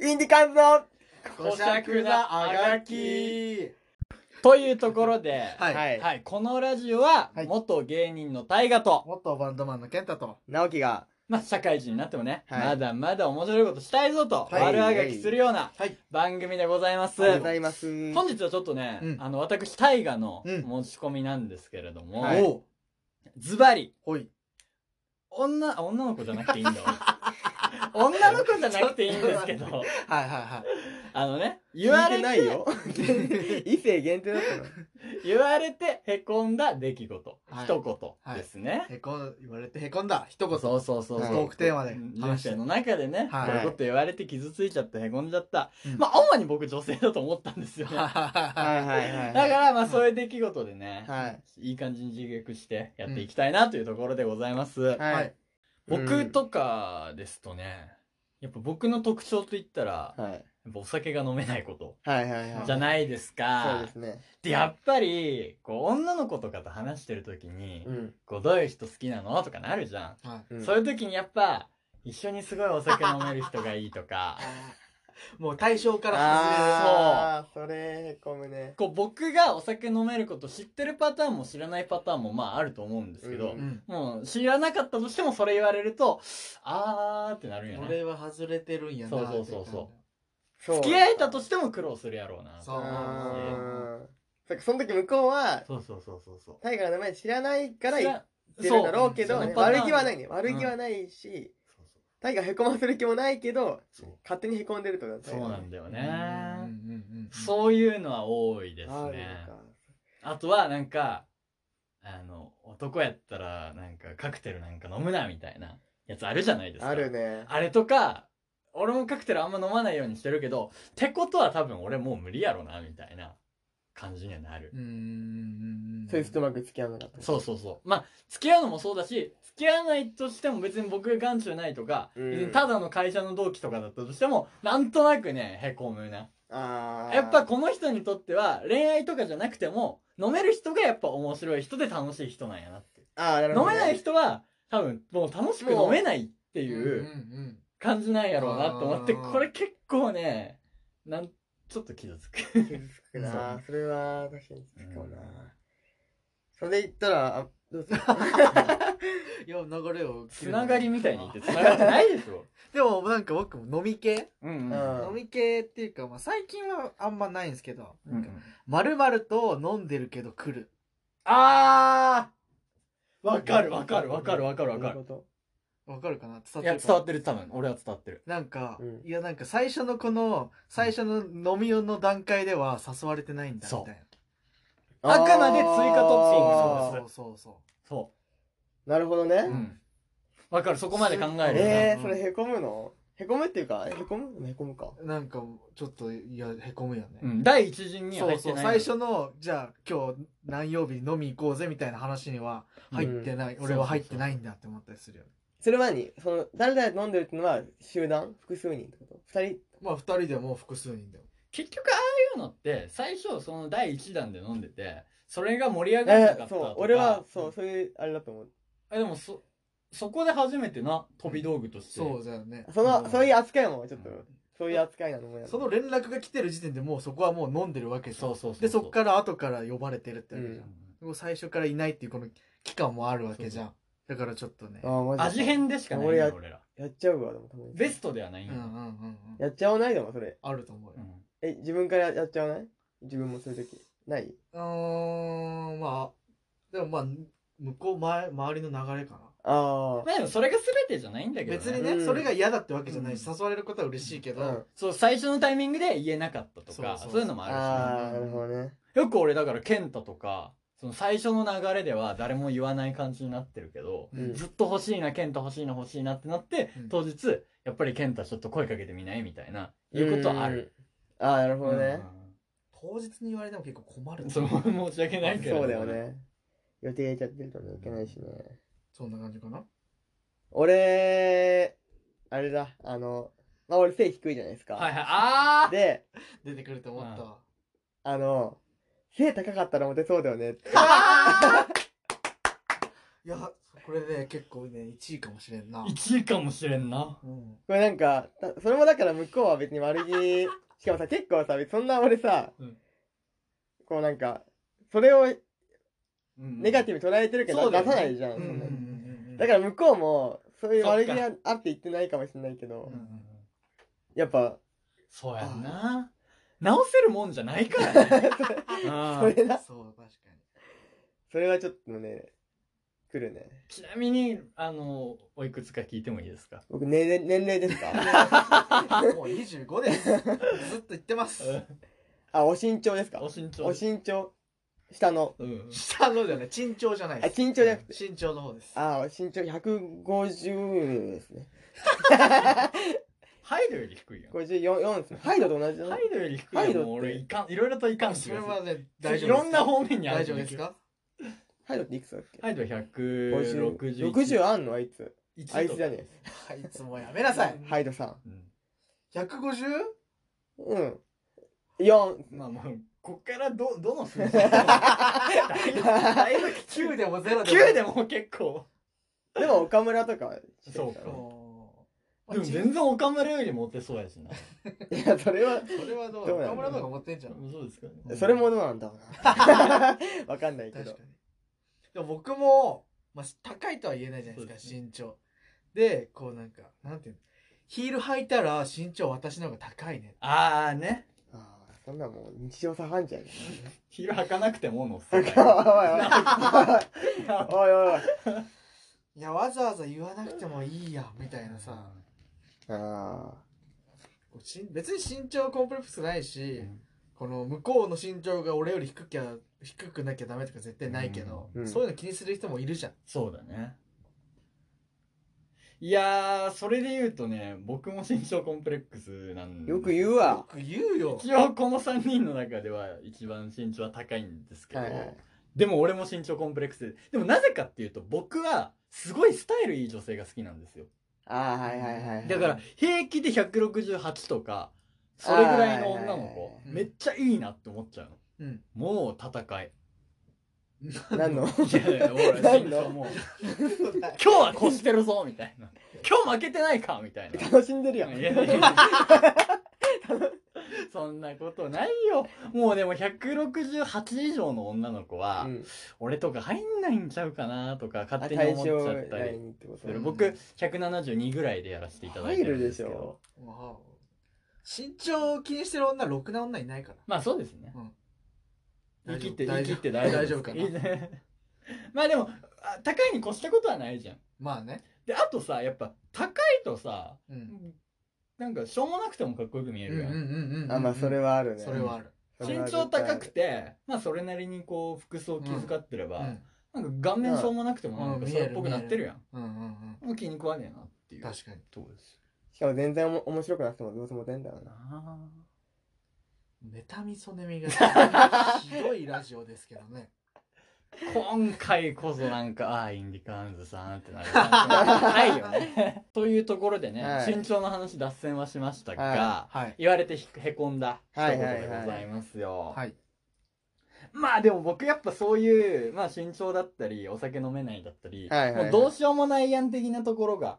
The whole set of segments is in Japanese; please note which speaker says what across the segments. Speaker 1: インディカンズの
Speaker 2: こしゃくなあがき
Speaker 3: というところで、
Speaker 2: はい
Speaker 1: はい
Speaker 3: はい、このラジオは
Speaker 2: はい
Speaker 3: 元芸人の大河と、
Speaker 2: 元バンドマンの健太と
Speaker 1: 直樹が
Speaker 3: まあ、社会人になってもね、
Speaker 1: はい
Speaker 3: まだまだ面白いことしたいぞと、
Speaker 2: はい
Speaker 3: 悪あがきするような
Speaker 2: はい
Speaker 3: 番組でございます。
Speaker 1: ございます
Speaker 3: 本日はちょっとね、
Speaker 2: うん
Speaker 3: あの私大河の
Speaker 2: うん
Speaker 3: 持ち込みなんですけれども、
Speaker 1: はい
Speaker 2: お
Speaker 3: ズバリ
Speaker 2: おい
Speaker 3: 女女の子じゃなくていいんだわ女の子じゃなくていいんですけど
Speaker 2: はいは
Speaker 3: あのね言
Speaker 1: 言
Speaker 3: わ
Speaker 1: わ
Speaker 3: れ
Speaker 1: れ
Speaker 3: て
Speaker 1: てないよ 異性限定だったの
Speaker 3: 言われてへこんだ出来事、
Speaker 2: はい
Speaker 3: 一言ですね、
Speaker 2: いへこん言われてへこんだ一言
Speaker 3: そうそうそうそう、
Speaker 1: はい
Speaker 2: トークテーマで
Speaker 3: うん人
Speaker 2: 話して
Speaker 3: 生の中でね、
Speaker 2: はい
Speaker 3: こういうこと言われて傷ついちゃってへこんじゃった、
Speaker 2: うん
Speaker 3: まあ主に僕女性だと思ったんですよねだか
Speaker 2: は
Speaker 1: はいはいはい
Speaker 3: らまあそういう出来事でね、
Speaker 1: はい
Speaker 3: いい感じに自虐してやっていきたいなというところでございます、
Speaker 2: いは
Speaker 1: はいい
Speaker 3: 僕とかですとねやっぱ僕の特徴といったらやっ
Speaker 1: はい
Speaker 3: ぱお酒が飲めないこと
Speaker 1: はいはいはい
Speaker 3: じゃないです
Speaker 1: そ
Speaker 3: か、
Speaker 1: うですね
Speaker 3: でやっぱりこう女の子とかと話してる時に、
Speaker 1: うん
Speaker 3: こうどういう人好きなのとかなるじゃん
Speaker 2: はい
Speaker 1: うん
Speaker 3: そういう時にやっぱ一緒にすごいお酒飲める人がいいとか
Speaker 2: もう対象から
Speaker 1: あーそれへこむね
Speaker 3: こう僕がお酒飲めること知ってるパターンも知らないパターンもまああると思うんですけど、
Speaker 1: う
Speaker 2: 外れる
Speaker 3: もう知らなかったとしてもそれ言われるとあーってなるん
Speaker 2: うん
Speaker 3: よね
Speaker 2: 俺は外れてるんやな
Speaker 3: そうそうそうそ
Speaker 1: そう
Speaker 3: 付き合えたとしても苦労するやろうな
Speaker 2: そう
Speaker 1: あーそっかその時向こうは
Speaker 3: そうそうそうそうそう
Speaker 1: 大河の名前知らないから
Speaker 3: 知
Speaker 1: 言っ
Speaker 3: ら
Speaker 1: てるんだろうけど
Speaker 3: そう
Speaker 1: ね
Speaker 3: そのパターン
Speaker 1: 悪気はないね悪気はないし
Speaker 3: そう
Speaker 1: 大河へこませる気もないけど
Speaker 3: そう
Speaker 1: 勝手にへこんでるってこと
Speaker 3: そうそうなんだよね
Speaker 2: そう
Speaker 3: そういうのは多いです
Speaker 1: ある
Speaker 3: ね
Speaker 1: のか
Speaker 3: あとはなんかあの男やったらなんかカクテルなんか飲むなみたいなやつあるじゃないですか
Speaker 1: あるね
Speaker 3: あれとか、俺もカクテルあんま飲まないようにしてるけど、ってことは多分俺もう無理やろな、みたいな感じにはなる。
Speaker 2: うんうんうんうん
Speaker 1: そういう人うまく付き合うのかった
Speaker 3: そうそうそう。まあ、付き合うのもそうだし、付き合わないとしても別に僕が眼中ないとか、
Speaker 1: うん
Speaker 3: 別にただの会社の同期とかだったとしても、なんとなくね、へこむな。
Speaker 1: あー
Speaker 3: やっぱこの人にとっては恋愛とかじゃなくても、飲める人がやっぱ面白い人で楽しい人なんやなって。
Speaker 1: あーなるほど
Speaker 3: 飲め
Speaker 1: ね
Speaker 3: ない人は多分もう楽しく飲めないって
Speaker 2: うん
Speaker 3: いうう、
Speaker 2: んうん
Speaker 3: 感じなんやろうなと思って
Speaker 2: あー
Speaker 3: これ結構ねなんちょっと傷つく
Speaker 1: 傷つく
Speaker 3: そ
Speaker 1: なそれは確かに傷つくかもな
Speaker 3: うん
Speaker 1: それで言ったらあど うする
Speaker 2: いや流れを
Speaker 3: つながりみたいに言 ってつながってないでしょ
Speaker 2: でもなんか僕も飲み系
Speaker 3: うん
Speaker 1: うん
Speaker 2: 飲み系っていうか、まあ、最近はあんまないんですけど、
Speaker 3: う
Speaker 2: なんか
Speaker 3: ん
Speaker 2: まるまると飲んでるけど来る。
Speaker 3: あーわかるわかるわかるわかる
Speaker 1: ど
Speaker 3: わ
Speaker 1: ういう
Speaker 3: かる
Speaker 1: こと
Speaker 2: わかるかな伝わっ
Speaker 3: い
Speaker 2: て
Speaker 3: や
Speaker 2: る
Speaker 3: 伝
Speaker 2: かな
Speaker 3: わってる多分俺は伝わってる
Speaker 2: なんか、
Speaker 1: うん
Speaker 2: いやなんか最初のこの、最初の飲みの段階では誘われてないんだ
Speaker 3: そう
Speaker 2: みたい
Speaker 3: あくまで追加トッピング
Speaker 2: な。
Speaker 1: あー
Speaker 3: そ
Speaker 2: そうそうそ
Speaker 3: そ
Speaker 1: なるほど
Speaker 3: う
Speaker 1: ね
Speaker 3: うんわかるそこまで考えるよね
Speaker 1: えーそれへこむのへこむっていうかへこむへこむか
Speaker 2: う。なんか、ちょっと、いや、へこむよね。
Speaker 3: うん第一陣には
Speaker 2: そ
Speaker 3: 入
Speaker 2: う
Speaker 3: って
Speaker 2: そう、
Speaker 3: ない
Speaker 2: 最初の、じゃあ今日何曜日飲み行こうぜみたいな話には入ってない、
Speaker 3: うん
Speaker 2: 俺は入ってないんだって思ったりするよね。
Speaker 1: それはにその誰々飲んでるってのは集団複数人ってこと二人
Speaker 2: まあ二人でも複数人でも。
Speaker 3: 結局ああいうのって最初その第一弾で飲んでてそれが盛り上がらなかったと
Speaker 1: そう
Speaker 3: か
Speaker 1: 俺はそうそういうあれだと思う
Speaker 3: えでもそそこで初めてな飛び道具として
Speaker 2: そうだよね。
Speaker 1: そのそういう扱いもちょっと
Speaker 3: うん
Speaker 1: そういう扱いなのもや
Speaker 2: その連絡が来てる時点でもうそこはもう飲んでるわけじゃん
Speaker 3: そうそうそう
Speaker 2: でそっから後から呼ばれてるってわけじゃん、
Speaker 1: うん
Speaker 2: もう最初からいないっていうこの期間もあるわけじゃんだからちょっとね
Speaker 1: あーマジか
Speaker 3: 味変でしかない
Speaker 1: 俺
Speaker 3: よ
Speaker 1: や
Speaker 3: 俺ら
Speaker 1: やっちゃうわでもたまに
Speaker 3: ベストではない
Speaker 2: うんん
Speaker 3: よ
Speaker 2: うんうんうん
Speaker 1: やっちゃわないでもそれ
Speaker 2: あると思う
Speaker 3: う
Speaker 2: よ
Speaker 3: ん
Speaker 1: え自分からやっちゃわない自分もそういう時ない
Speaker 2: うんんまあでもまあ向こう前周りの流れかな
Speaker 1: あ
Speaker 3: まあでもそれが全てじゃないんだけどね
Speaker 2: 別にね、
Speaker 1: うん
Speaker 2: それが嫌だってわけじゃないし、
Speaker 3: うん
Speaker 2: 誘われることは嬉しいけど、
Speaker 1: うん
Speaker 3: そう最初のタイミングで言えなかったと
Speaker 2: そうそう
Speaker 3: か
Speaker 2: そう
Speaker 3: そういうのも
Speaker 1: あ
Speaker 3: あ
Speaker 1: ああなるほどね
Speaker 3: るしよく俺だから健太とかその最初の流れでは誰も言わない感じになってるけど
Speaker 1: うん
Speaker 3: ずっと欲しいな健太欲しいな欲しいなってなって
Speaker 2: うん
Speaker 3: 当日やっぱり健太ちょっと声かけてみないみたいないうことはある
Speaker 1: うんああなるほどね
Speaker 2: 当日に言われても結構困る
Speaker 3: うんそれも申し訳ないけど
Speaker 1: そうだよね予定入れちゃってるとねいけないしね
Speaker 2: そんな感じかな
Speaker 1: 俺あれだあのまあ俺背低いじゃないですか
Speaker 3: はいはいああ
Speaker 1: で
Speaker 2: 出てくると思ったわ、
Speaker 1: あの背高かったらモテそうだよねって
Speaker 3: あ
Speaker 2: いや、これね、結構ね、1位かもしれんな。
Speaker 3: 1位かもしれんな。
Speaker 2: うん。
Speaker 1: これなんか、たそれもだから向こうは別に悪 気、しかもさ、結構さ、そんな俺さ、
Speaker 3: うん
Speaker 1: こうなんか、それをネガテ
Speaker 3: ィ
Speaker 1: ィブに捉えてるけ
Speaker 3: そ
Speaker 1: ど、
Speaker 3: うだよ
Speaker 1: 出
Speaker 3: ね
Speaker 1: さないじゃん。
Speaker 2: うんうん
Speaker 1: そ
Speaker 2: うん
Speaker 1: なの
Speaker 2: んうん。
Speaker 1: だ
Speaker 2: か
Speaker 1: から向こうも、そういう悪気
Speaker 3: そ
Speaker 1: があって言ってないかもしれないけど
Speaker 2: う、ん
Speaker 1: やっぱ、
Speaker 3: そうやんな。直せるもんじゃないからね。
Speaker 1: そ
Speaker 3: うん
Speaker 1: れな、
Speaker 2: そう、確かに。
Speaker 1: それはちょっとね、来るね。
Speaker 3: ちなみに、あの、おいくつか聞いてもいいですか
Speaker 1: 僕、ね、ね年齢ですか
Speaker 2: もう25です。ずっと言ってます。
Speaker 1: あ、お身長ですか
Speaker 3: お身長。
Speaker 1: お身長。下の。
Speaker 3: うん。
Speaker 2: 下のじゃない、身長じゃない
Speaker 1: あ、
Speaker 2: です。
Speaker 1: 身長じゃなくて。
Speaker 2: 身長の方です。
Speaker 1: あ、身長150ですね。
Speaker 3: ハイドより低いよ。
Speaker 1: 54 4ですね。ハイドと同じだな
Speaker 3: ハ。イドより低い
Speaker 1: ハイ
Speaker 3: よ。
Speaker 1: ドって
Speaker 3: もう俺、いかん、いろいろといかんし。
Speaker 2: それはね、大
Speaker 3: い
Speaker 2: 丈夫ですか。
Speaker 3: ろんな方面にある
Speaker 2: 大
Speaker 3: んだけど
Speaker 2: 丈夫ですか
Speaker 1: ハイドっていくつだっけ
Speaker 3: ハイドは
Speaker 1: 50
Speaker 3: 161。
Speaker 1: 60あんのあいつ。
Speaker 3: 一
Speaker 1: あいつじゃねえ。
Speaker 2: いつもやめなさい。
Speaker 1: ハイドさん。
Speaker 3: うん
Speaker 2: 150?
Speaker 1: うん。4。
Speaker 3: まあもう、こっからど、どの数字だいぶ、だいぶきつい
Speaker 2: 9でも0でも。
Speaker 3: 9でも結構。
Speaker 1: でも岡村とかして
Speaker 3: そう
Speaker 1: る
Speaker 3: か
Speaker 1: か
Speaker 2: で
Speaker 1: らね。
Speaker 2: も
Speaker 3: でも全然岡村よりモテそうやしな。
Speaker 1: いや、それは、
Speaker 2: それはどう
Speaker 1: どうなんだろ
Speaker 2: 岡村
Speaker 1: う
Speaker 2: の方が持ってんじゃ ん。
Speaker 3: そうですかね。
Speaker 1: それもどうなんだろうな。わ かんないけ
Speaker 2: 確か
Speaker 1: ど
Speaker 2: に。。でも僕も、まあ、高いとは言えないじゃない
Speaker 3: そ
Speaker 2: ですか、
Speaker 3: うです
Speaker 2: 身長。で、こうなんか、なんていうの。ヒール履いたら身長私の方が高いね。
Speaker 3: あーね。
Speaker 1: ああ、そんなもう日常茶飯事やね。
Speaker 3: ヒール履かなくてもの
Speaker 1: お
Speaker 3: 世
Speaker 1: いおい
Speaker 3: 界。
Speaker 1: おい。おいおいおい。
Speaker 2: いや、わざわざ言わなくてもいいや、みたいなさ。
Speaker 1: あ
Speaker 2: こうしん別に身長コンプレックスないし、
Speaker 3: うん
Speaker 2: この向こうの身長が俺より低きゃ低くなきゃダメとか絶対ないけど、
Speaker 1: うん
Speaker 2: そういうの気にする人もいるじゃん。
Speaker 3: そうだね。いやー、それで言うとね、僕も身長コンプレックスなん
Speaker 1: あ。
Speaker 3: で。
Speaker 1: よく言
Speaker 3: う。
Speaker 1: うわ
Speaker 2: よ。く言うよ。
Speaker 3: 一応この3人の中では一番身長は高いんですけど、
Speaker 1: はいはい
Speaker 3: でも俺も身長コンプレックスで。でもなぜかっていうと僕はすごいスタイルいい女性が好きなんですよ。
Speaker 1: ああ、はいはいはい。
Speaker 3: だから、平気で168とか、それぐらいの女の
Speaker 1: はいはいは
Speaker 3: 子、
Speaker 2: い
Speaker 3: めっちゃいいなって思っちゃうの。
Speaker 2: うん。
Speaker 3: もう戦 い。
Speaker 1: 何の
Speaker 3: いやいや、俺、
Speaker 1: なん
Speaker 3: 身
Speaker 1: だ
Speaker 3: 長 もう、今日は越してるぞみたいな。今日負けてないかみたいな。
Speaker 1: 楽しんでるやん。
Speaker 3: いやいやいやそんなことないよ。もうでも168以上の女の子は、
Speaker 1: うん
Speaker 3: 俺とか入んないんちゃうかなとか
Speaker 1: あ
Speaker 3: 勝手に
Speaker 1: 対
Speaker 3: 思っち
Speaker 1: 象
Speaker 3: ゃった
Speaker 1: ライ
Speaker 3: り
Speaker 1: ンってこ
Speaker 3: す
Speaker 1: と
Speaker 3: る。
Speaker 2: うん
Speaker 3: 僕、172ぐらいでやらせていただいてるんですけ
Speaker 1: 入るでしょ。
Speaker 3: ど
Speaker 2: わお身長を気にしてる女、ろくな女いないから。
Speaker 3: まあそうですね。
Speaker 2: うん
Speaker 3: 言い切って、言い
Speaker 2: 大
Speaker 3: 切
Speaker 2: 丈夫
Speaker 3: って大丈夫。
Speaker 2: 大丈夫かない
Speaker 3: いね まあでも、あ高いに越したことはないじゃん。
Speaker 2: まあね。
Speaker 3: で、あとさ、やっぱ高いとさ、
Speaker 2: うん。
Speaker 3: なんかしょうもなくてもかっこよく見え
Speaker 2: うんう
Speaker 3: る
Speaker 2: ん
Speaker 3: やん。
Speaker 2: うんうん。
Speaker 1: あ、まあ、それ
Speaker 2: は。
Speaker 1: はあるね。
Speaker 2: それはある。
Speaker 1: それは
Speaker 3: 身
Speaker 1: 絶対
Speaker 3: 長高くて、まあそれなりにこう服装気遣ってれ
Speaker 2: う
Speaker 3: ば、
Speaker 2: ん。
Speaker 3: なんか顔面しょうもなくても
Speaker 2: うん
Speaker 3: なんかそれっぽくなってるやん。
Speaker 2: うんうん
Speaker 3: もう気に食わねえなってい
Speaker 2: うん。
Speaker 3: う。
Speaker 2: 確かに。
Speaker 3: そうです
Speaker 1: しかも全然おも面白くなくてもどうせモテんだろうな。
Speaker 3: な
Speaker 2: 妬みそねみがひどいラジオですけどね。
Speaker 3: 今回こそなんか、ああ、インディカーンズさんってなる感じ。はいよね。というところでね、
Speaker 1: はい
Speaker 3: 身長の話脱線はしましたが、
Speaker 1: は
Speaker 2: はい。
Speaker 3: 言われてひへこんだ一
Speaker 1: はい
Speaker 3: 言
Speaker 1: はいはい
Speaker 3: でございますよ。
Speaker 2: はい。
Speaker 3: まあでも僕やっぱそういう、まあ身長だったり、お酒飲めないだったり、
Speaker 1: はいはいはい
Speaker 3: もうどうしようもないやん的なところが、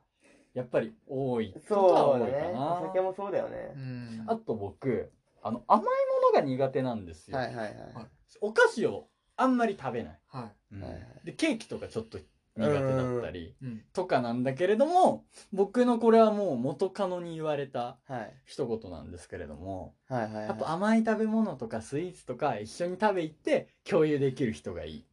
Speaker 3: やっぱり多いことは
Speaker 1: そう
Speaker 3: 多
Speaker 1: だ
Speaker 3: いか
Speaker 1: ね。お酒
Speaker 3: な。
Speaker 1: もそうだよね
Speaker 2: う。ん。
Speaker 3: あと僕、あの、甘いものが苦手なんですよ。
Speaker 1: はいはいはい。
Speaker 3: お菓子をあんまり食べない。
Speaker 2: は
Speaker 3: うん
Speaker 1: はいはい
Speaker 3: で、ケーキとかちょっと苦手だったり、
Speaker 2: い。うん。
Speaker 3: とかなんだけれども、僕のこれはもう元カノに言われた
Speaker 1: はい
Speaker 3: 一言なんですけれども、
Speaker 1: はいはいはい。
Speaker 3: やっぱ甘い食べ物とかスイーツとか一緒に食べ行って共有できる人がいい。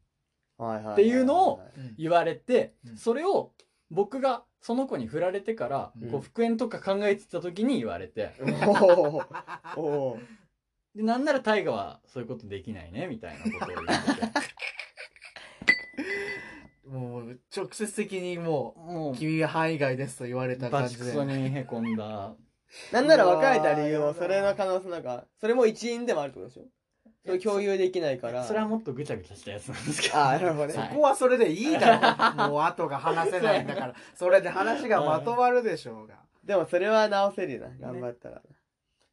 Speaker 1: はいはは
Speaker 3: っていうのを
Speaker 2: うん
Speaker 3: 言われて、
Speaker 2: うん
Speaker 3: それを僕がその子に振られてから、
Speaker 2: うん
Speaker 3: こう復縁とか考えてた時に言われて、
Speaker 1: おー おー
Speaker 3: で、なんなら大河はそういうことできないね、みたいなことを言って て。
Speaker 2: もう、直接的にも
Speaker 3: も
Speaker 2: う、君が範囲外ですと言われ
Speaker 3: う、
Speaker 2: た
Speaker 3: バ
Speaker 2: 感
Speaker 3: チ
Speaker 2: じ
Speaker 3: ク
Speaker 2: で。
Speaker 3: ソにへこんだ。
Speaker 1: なんなら別れた理由
Speaker 2: うわ
Speaker 1: も
Speaker 2: ー
Speaker 1: それの可能性なんか、それも一因でもあるってことでしょそれ共有でき ないから。
Speaker 3: それはもっとぐちゃぐちゃしたやつなんですけど。
Speaker 1: あーなるほどね
Speaker 2: そ
Speaker 3: はい
Speaker 2: こはそれでいいだろ。もう後が話せないんだ から。それで話がまとまるでしょうが。
Speaker 1: でもそれは直せるよな。頑張ったら。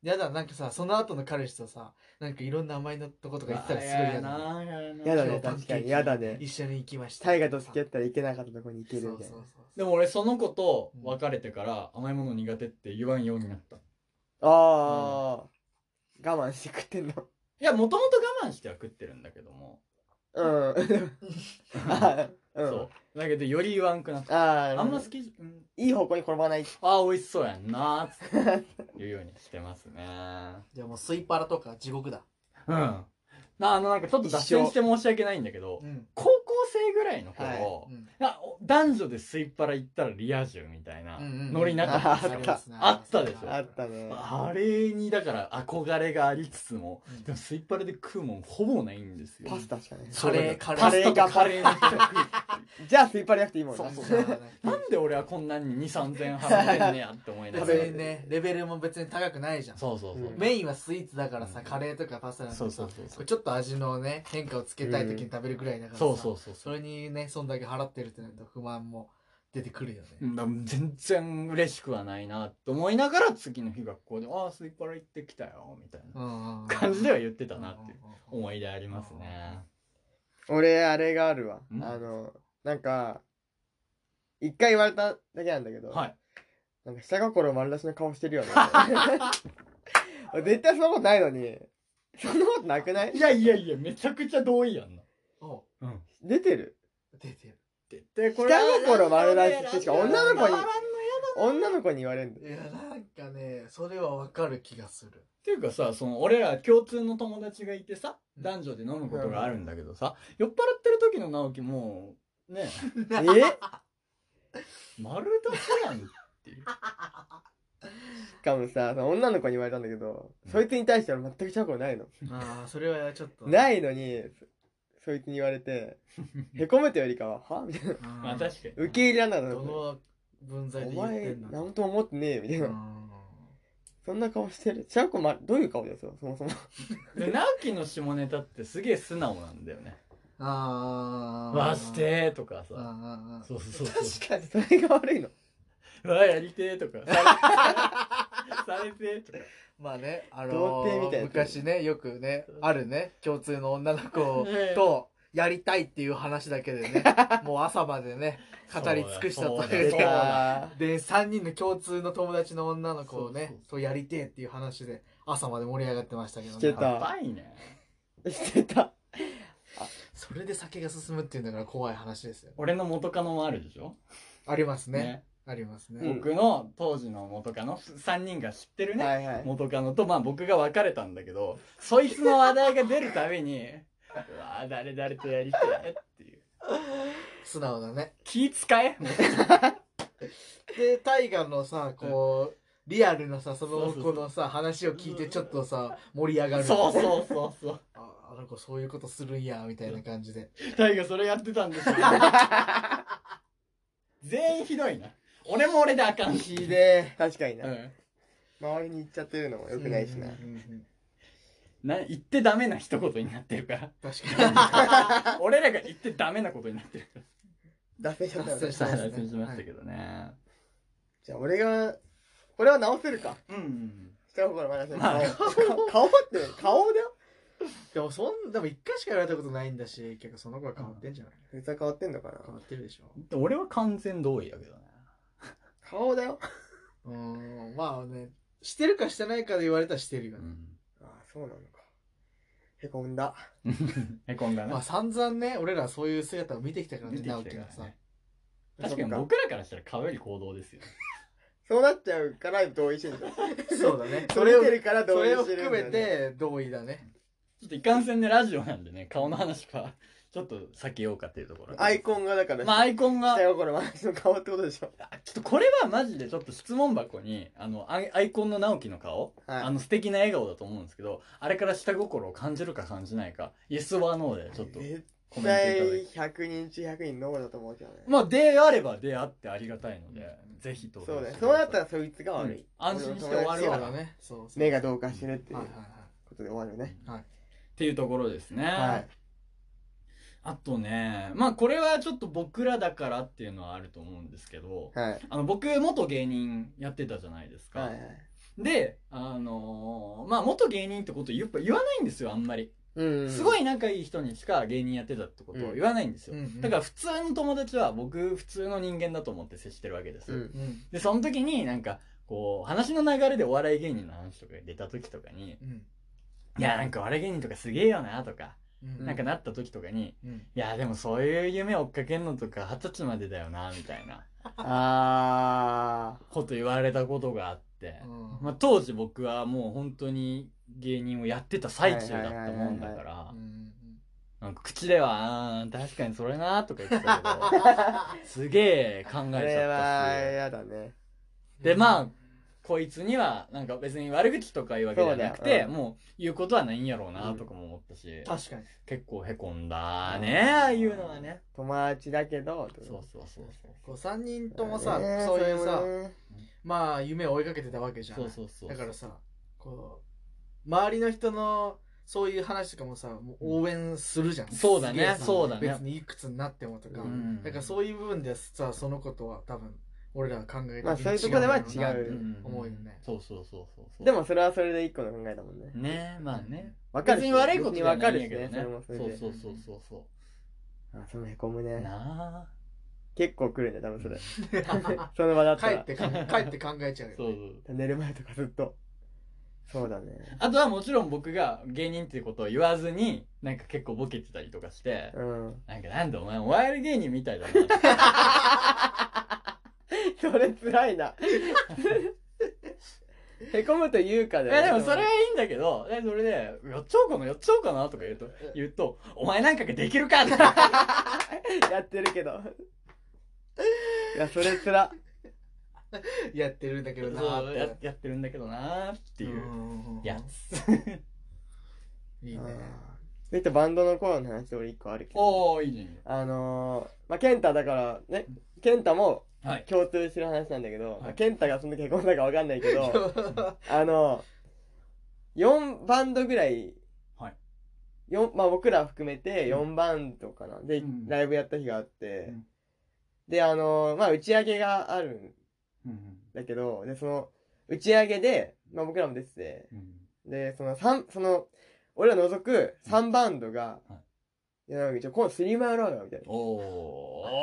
Speaker 2: やだなんかさその後の彼氏とさなんかいろんな甘いのとことか言ってたらすごい嫌だな
Speaker 1: 嫌だ
Speaker 2: 今
Speaker 1: ね
Speaker 2: 日パン
Speaker 1: 確
Speaker 2: ケ
Speaker 1: か
Speaker 2: ーキ
Speaker 1: に嫌だね
Speaker 2: 一緒に行きました
Speaker 1: 大河と付き合ったらいけなかったとこに行けるみたい
Speaker 2: そ
Speaker 1: な
Speaker 2: うそうそう
Speaker 3: でも俺その子と別れてから甘いもの苦手って言わんようになったい
Speaker 1: ああ我慢して食ってんの
Speaker 3: やもともと我慢しては食ってるんだけども、
Speaker 1: うん あうん
Speaker 3: そうだけどより言わんくなった
Speaker 1: あー
Speaker 3: あんま好きじ、うん、
Speaker 1: いい方向に転ばない
Speaker 3: あー美味しそうやんなーっつって言うようにしてますね
Speaker 2: じゃあもうスイパラとか地獄だ
Speaker 3: うんなあのなんかちょっと脱線して申し訳ないんだけど
Speaker 2: うん
Speaker 3: 高校生ぐらいの頃、
Speaker 1: はい
Speaker 2: うん
Speaker 3: あお男女でスイパラ行ったらリア充みたいな
Speaker 2: うんうん
Speaker 3: ノリなかったですか
Speaker 1: あった
Speaker 3: あったでしょ
Speaker 1: あったね
Speaker 3: あれにだから憧れがありつつも
Speaker 2: うん
Speaker 3: でもスイパラで食うもんほぼないんですよ
Speaker 1: パスタしかね
Speaker 2: カレーカレー
Speaker 3: パスタとカレーみたいな
Speaker 1: じゃあスイパラなくていいもん
Speaker 3: そう
Speaker 1: な
Speaker 3: そ
Speaker 2: そうう
Speaker 3: そ
Speaker 2: そうう
Speaker 3: なんで俺はこんなに2,3000円払ってんねやって思いなが
Speaker 1: 食べ
Speaker 3: ら
Speaker 1: れ
Speaker 2: 別にねレベルも別に高くないじゃん
Speaker 3: そうそうそう、
Speaker 1: うん
Speaker 2: メインはスイーツだからさ、
Speaker 3: うん
Speaker 2: カレーとかパスタなんてさ
Speaker 3: そうそうそうそう
Speaker 2: ちょっと味のね変化をつけたい時に食べるぐらいだからさ、
Speaker 3: そうそうそうそ
Speaker 2: そうれにねそんだけ払ってるってなると不満も出てくるよね、
Speaker 3: うんだから全然嬉しくはないなと思いながら次の日学校で「ああスイパラ行ってきたよ」みたいな
Speaker 2: うんうん、
Speaker 3: 感じでは言ってたなっていう
Speaker 2: うんうん
Speaker 3: 思い出ありますね
Speaker 1: 俺あれがあるわ
Speaker 3: ん
Speaker 1: あのなんか一回言われただけなんだけど
Speaker 3: はい
Speaker 1: なんか下心丸出しの顔してるよね 俺絶対そんなことないのにそんなことなくない
Speaker 3: いやいやいやめちゃくちゃ同意やんな
Speaker 2: お
Speaker 3: うん
Speaker 1: 出てる
Speaker 2: 出てる
Speaker 3: 絶対こ
Speaker 1: 下心丸出しってしか女の子に
Speaker 3: 回らんのや
Speaker 1: 女の子に言われるんだよ
Speaker 2: いやなんかねそれはわかる気がする
Speaker 3: っていうかさその俺ら共通の友達がいてさ
Speaker 2: うん
Speaker 3: 男女で飲むことがあるんだけどさ、酔っ払ってる時の直樹もうね
Speaker 1: え
Speaker 3: 丸出しやんっていう
Speaker 1: しかもさその女の子に言われたんだけどそいつに対して俺全く下心ないの
Speaker 2: ああそれはちょっと、
Speaker 1: ないいのにそそいつに言われ てへこめたよりかは「は?」みたいな
Speaker 2: うん
Speaker 3: まあ確かに
Speaker 1: 受け入れらんなかった
Speaker 2: どの文在
Speaker 1: お
Speaker 2: で言っ
Speaker 1: 前
Speaker 2: てんの
Speaker 1: 何とも思ってねえよみたいな、
Speaker 2: うん
Speaker 1: そんな顔してるちゃうこまどういう顔ですよそもそも
Speaker 3: で直樹の下ネタってすげえ素直なんだよね「
Speaker 2: ああ
Speaker 3: わして」とか
Speaker 2: うんう
Speaker 3: さ
Speaker 2: んうん
Speaker 3: そうそうそう
Speaker 2: 確かに
Speaker 1: それが悪いの
Speaker 3: 「わやりて」とか「され て」とか
Speaker 2: まあね、あ
Speaker 1: 童
Speaker 2: の
Speaker 1: 貞みたいな
Speaker 2: 昔ね、よくね、あるね、共通の女の子
Speaker 3: ねえ
Speaker 2: と、やりたいっていう話だけでね、もう朝までね、語り尽くしたと
Speaker 3: そう
Speaker 2: い
Speaker 3: だ
Speaker 2: う
Speaker 3: そう
Speaker 2: か、
Speaker 3: だ
Speaker 2: で、3人の共通の友達の女の子を
Speaker 3: そう
Speaker 2: ね
Speaker 3: そう、
Speaker 2: とやりてえっていう話で、朝まで盛り上がってましたけどね。
Speaker 1: してた
Speaker 3: やばいね
Speaker 1: してた
Speaker 2: それで酒が進むっていうんだから怖い話ですよ。
Speaker 3: 俺の元カノもあるでしょ
Speaker 2: ありますね。あります
Speaker 1: う
Speaker 2: ね。
Speaker 1: ん
Speaker 3: 僕の当時の元カノ3人が知ってるね
Speaker 1: はいはい
Speaker 3: 元カノと、まあ僕が別れたんだけど、そいつの話題が出るたびに、うわぁ、誰々とやりたいっていう。
Speaker 2: 素直だね。
Speaker 3: 気使えもう
Speaker 2: で、大河のさ、こう、リアルなさ、
Speaker 3: そ
Speaker 2: その
Speaker 3: うそうそう
Speaker 2: 子のさ、話を聞いてちょっとさ、盛り上がる。
Speaker 3: そうそうそうそう。
Speaker 2: ああの子そういうことするんやみたいな感じで
Speaker 3: タイがそれやってたんですよ。全員ひどいな。俺も俺であかんし。
Speaker 2: ひで
Speaker 1: 確かにな、
Speaker 3: うん。
Speaker 1: 周りに行っちゃってるのも
Speaker 2: え
Speaker 1: よくないしな、
Speaker 2: うんうんうん
Speaker 3: な、言ってダメな一言になってるから。
Speaker 2: 確か
Speaker 3: 俺らが言ってダメなことになってるか
Speaker 1: 脱線しちゃったよね
Speaker 2: 脱線し
Speaker 3: ら。
Speaker 2: そうで
Speaker 3: 脱
Speaker 2: すね
Speaker 3: 線しましたけどね。
Speaker 1: じゃあ俺がこれは直せるか
Speaker 3: うん。
Speaker 1: 下心丸出しの
Speaker 3: まあ
Speaker 1: 顔顔って顔だよ
Speaker 2: にでもそんでも一回しか言われたことないんだし結構その子は変わってんじゃない
Speaker 1: 普通は変わってんのかな
Speaker 2: 変わってるでしょ
Speaker 3: 俺は完全同意やけどね。
Speaker 1: 顔だよ
Speaker 2: うーんまあねしてるかしてないかで言われたらしてるよ
Speaker 3: う
Speaker 2: ね、
Speaker 3: ん。
Speaker 1: ああそうなのかへこんだ
Speaker 3: へこんだ
Speaker 2: ま
Speaker 3: な
Speaker 2: あ。散々ね俺らそういう姿を見てきたからね
Speaker 3: 出てき
Speaker 2: 直
Speaker 3: て
Speaker 2: 樹
Speaker 3: か
Speaker 2: が
Speaker 3: ら
Speaker 2: さ、
Speaker 3: ね。確かに
Speaker 1: そっ
Speaker 3: 僕らからしたら可愛い行動ですよ。
Speaker 1: そうなっちゃうから同意してるんだよ
Speaker 2: そうだね そ
Speaker 1: そ
Speaker 2: れ
Speaker 1: れ
Speaker 2: を
Speaker 1: をるから
Speaker 2: そ
Speaker 1: 同意
Speaker 2: れを
Speaker 1: してる
Speaker 2: 含
Speaker 1: んだ
Speaker 2: め
Speaker 1: よね
Speaker 2: て同意だね
Speaker 3: ちょっといかんせんね、ラジオなんでね、顔の話は、ちょっと避けようかっていうところ。
Speaker 1: アイコンがだから、
Speaker 3: まあ、アイコンが、
Speaker 1: 下
Speaker 3: ちょ
Speaker 1: 心丸出しの顔ってことでしょ
Speaker 3: っとこれはマジでちょっと質問箱に、あの、アイアイコンの直樹の顔、
Speaker 1: はい
Speaker 3: あの素敵な笑顔だと思うんですけど、あれから下心を感じるか感じないか、イエスはノーでちょっと
Speaker 1: 絶
Speaker 3: コメントいただ
Speaker 1: 対
Speaker 3: いて。
Speaker 1: 100人中100人ノーだと思うけどね、
Speaker 3: まあ、であればであってありがたいので、ぜひと。
Speaker 1: そうだねそうなったらそいつが
Speaker 3: う
Speaker 1: 悪い、
Speaker 3: ん安心して終わ
Speaker 1: あ
Speaker 3: る
Speaker 2: そう
Speaker 1: れ
Speaker 3: よ
Speaker 1: は
Speaker 2: だねそうそう
Speaker 1: 目がどうかしてるっていう
Speaker 2: はいは
Speaker 1: こ
Speaker 2: いはい
Speaker 1: とで終わるね、
Speaker 2: はい
Speaker 3: っていうところですね。
Speaker 1: はい
Speaker 3: あとね、まあこれはちょっと僕らだからっていうのはあると思うんですけど、
Speaker 1: はい
Speaker 3: あの僕元芸人やってたじゃないですか、
Speaker 1: はいはい
Speaker 3: で、あのーまあ、元芸人ってこと言っぱ言わないんですよ、あんまり。
Speaker 1: うん
Speaker 3: すご
Speaker 1: い
Speaker 3: い仲いい人にしか芸人やってたってことを言わないんですよ。だから普通の友達は僕普通の人間だと思って接してるわけです。
Speaker 1: うん
Speaker 2: ら、うん
Speaker 3: で、その時になんか、こう、話の流れでお笑い芸人の話とか出た時とかに、
Speaker 2: うん
Speaker 3: いや、なんかお笑い芸人とかすげえよな、とか、
Speaker 2: うん
Speaker 3: なんかなった時とかに、
Speaker 2: うん
Speaker 3: いや、でもそういう夢追っかけんのとか二十歳までだよな、みたいな
Speaker 1: あ
Speaker 3: こと言われたことがあって、
Speaker 2: うん
Speaker 3: まあ当時僕はもう本当に芸人をやってた最中だったもんだ
Speaker 1: はいはいはいは
Speaker 3: か
Speaker 1: い
Speaker 3: ら
Speaker 2: う、ん
Speaker 3: なんか口では、あー確かにそれな、とか言ってたけど、すげえ考
Speaker 1: ーあれ
Speaker 3: えちゃ
Speaker 1: は
Speaker 3: ったし。
Speaker 1: やだね
Speaker 3: でまあこいつにはなんか別に悪口とか言うわけじゃなく
Speaker 1: そうだ
Speaker 3: て、
Speaker 1: ようん
Speaker 3: もう言うことはないんやろうなとかも思ったし、
Speaker 2: 確かに
Speaker 3: 結構へこんだねああいうのはね
Speaker 1: 友達だけど
Speaker 3: そうそうそうそう
Speaker 2: こう3人ともさ、
Speaker 1: ね
Speaker 2: そういうさ
Speaker 1: それもね
Speaker 2: まあ夢を追いかけてたわけじゃん
Speaker 3: そうそうそう
Speaker 2: だからさこう周りの人のそういう話とかもさもう応援するじゃん、
Speaker 3: そうだ
Speaker 2: すげえ
Speaker 3: ね
Speaker 2: さ
Speaker 3: そうだね
Speaker 2: 別にいくつになってもとか、
Speaker 3: うん
Speaker 2: だからそういう部分でさそのことは多分俺らが考えて
Speaker 1: まあそういうとこでは違う
Speaker 3: うん
Speaker 2: 思うよね
Speaker 3: そうそうそうそうそう
Speaker 1: でもそれはそれで一個の考えだもんね
Speaker 3: ねまあね
Speaker 1: わかる
Speaker 3: 別
Speaker 1: し
Speaker 3: に悪いこと
Speaker 1: 別
Speaker 3: じ
Speaker 1: に
Speaker 3: ゃ
Speaker 1: わ
Speaker 3: な
Speaker 1: か
Speaker 3: いん
Speaker 1: る
Speaker 3: や
Speaker 1: し
Speaker 3: け
Speaker 1: ね
Speaker 3: どね
Speaker 1: それもそ
Speaker 3: そ
Speaker 1: れ
Speaker 3: う
Speaker 1: で
Speaker 3: そうそうそうそ
Speaker 1: あそのへこむ
Speaker 3: う
Speaker 1: ね
Speaker 3: なあ
Speaker 1: 結構来るね多分 それ
Speaker 2: 違
Speaker 1: その場だっ
Speaker 2: う 帰
Speaker 1: た
Speaker 2: っ
Speaker 1: ら
Speaker 2: てか帰って考えちゃうよ
Speaker 3: そうそう
Speaker 1: 寝る前とかずっとそうだね
Speaker 3: あとはもちろん僕が芸人っていうことを言わずになんか結構ボケてたりとかして
Speaker 1: うん
Speaker 3: なんかなんだお前お笑い芸人みたい だなって
Speaker 1: それ辛い なへこむというか
Speaker 3: い
Speaker 1: だよ
Speaker 3: や
Speaker 1: ね
Speaker 3: でもそれはいいんだけど、でそれで、やっちゃおうかな、やっちゃおうかなとか言うと、言うと、お前なんかができるかって。
Speaker 1: やってるけどいやそれつら
Speaker 2: やってるんだけどなー
Speaker 3: そう
Speaker 2: って
Speaker 3: ややってるんだけどなーっていうんやつ。
Speaker 2: い いね
Speaker 1: でとバンドの頃の話で俺一個あるけど
Speaker 3: おー、いいね。
Speaker 1: あのー、まあ健太だからね健太も
Speaker 3: はい。
Speaker 1: 共通してる話なんだけど、
Speaker 3: い
Speaker 1: まあ、健太がその時へこんだかわかんないけ ど
Speaker 2: う
Speaker 1: あの、4バンドぐらい、
Speaker 3: はい
Speaker 1: よんまあ僕ら含めて
Speaker 3: う
Speaker 1: 4バンドかな。で、
Speaker 3: うん
Speaker 1: ライブやった日があって、
Speaker 3: うん
Speaker 1: で、あの、まあ打ち上げがあるん
Speaker 3: うん
Speaker 1: だけど、で、その、打ち上げで、まあ僕らも出てて、
Speaker 3: うん
Speaker 1: で、その三その、俺ら除く3バンドが、、
Speaker 3: はい
Speaker 1: や、なんか一応、今度スリーマンラーダーみたいな。
Speaker 3: おー。
Speaker 2: や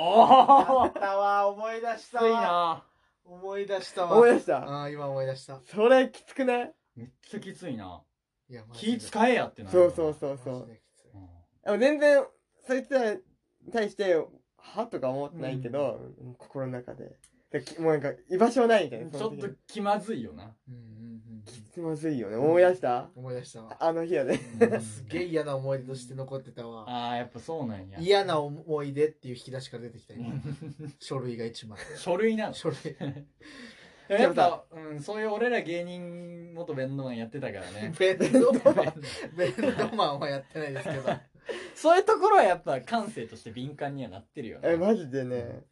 Speaker 3: おー
Speaker 2: ったわ思い出し
Speaker 3: つい
Speaker 2: たわ
Speaker 3: な
Speaker 2: 思い出したわ
Speaker 1: 思い出した。
Speaker 2: あー今思い出した
Speaker 1: それきつくない
Speaker 3: めっちゃきついない
Speaker 2: やマジで
Speaker 3: 気使えやってなる
Speaker 1: そうそう
Speaker 3: う。
Speaker 1: そうそう
Speaker 2: マジ。できつい
Speaker 3: うん
Speaker 1: でも全然、そいつらに対して、はとか思ってないけど、うん心の中で。できもうなんか、居場所ないみたいな。
Speaker 3: ちょっと気まずいよな。
Speaker 2: うんうん
Speaker 1: きつまずいよね。思い出した
Speaker 2: うん思い出したわ
Speaker 1: あの日やね。
Speaker 2: すげえ嫌な思い出として残ってたわ
Speaker 3: あー、やっぱそうなんや。
Speaker 2: 嫌な思い出っていう引き出しから出てきた
Speaker 3: う
Speaker 2: 今
Speaker 3: ん
Speaker 2: 書類 が一枚
Speaker 3: 書類なの。
Speaker 2: 書類。
Speaker 3: やっぱ、うん、そういう俺ら芸人元弁当マンやってたからね
Speaker 2: ベッドマンベッドマンはやってないですけど
Speaker 3: そういうところはやっぱ感性として敏感にはなってるよね。
Speaker 1: え、マジでね。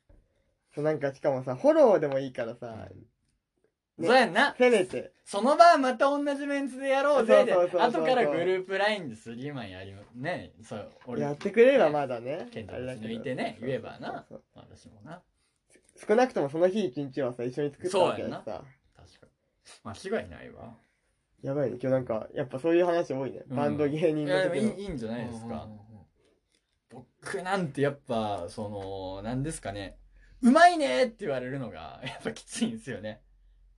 Speaker 1: そうなんか、しかもさ、フォローでもいいからさ、ね
Speaker 3: そうやんな。
Speaker 1: せめて。
Speaker 3: その場はまた同じメンツでやろうぜで、
Speaker 1: そうそうそうそう
Speaker 3: 後からグループラインでスリーマンやりま、ねそう、俺、
Speaker 1: やってくれればまだね。
Speaker 3: 健太
Speaker 1: あれだ
Speaker 3: た
Speaker 1: け
Speaker 3: ち
Speaker 1: ど
Speaker 3: 抜いてね
Speaker 1: そうそうそう
Speaker 3: 言えばな
Speaker 1: そう
Speaker 3: 私もな。
Speaker 1: 少なくともその日一日はさ、一緒に作ったわけだしさ。
Speaker 3: 確かに。間違いないわ。
Speaker 1: やばいね。今日なんか、やっぱそういう話多いね。
Speaker 3: うん
Speaker 1: バンド芸
Speaker 3: い
Speaker 1: 人
Speaker 3: や、
Speaker 1: の
Speaker 3: でも
Speaker 1: 時の
Speaker 3: いいいいんじゃないですか
Speaker 2: うん。うんうん
Speaker 3: 僕なんてやっぱ、その、なんですかね。うまいねって言われるのが、やっぱきついんですよね。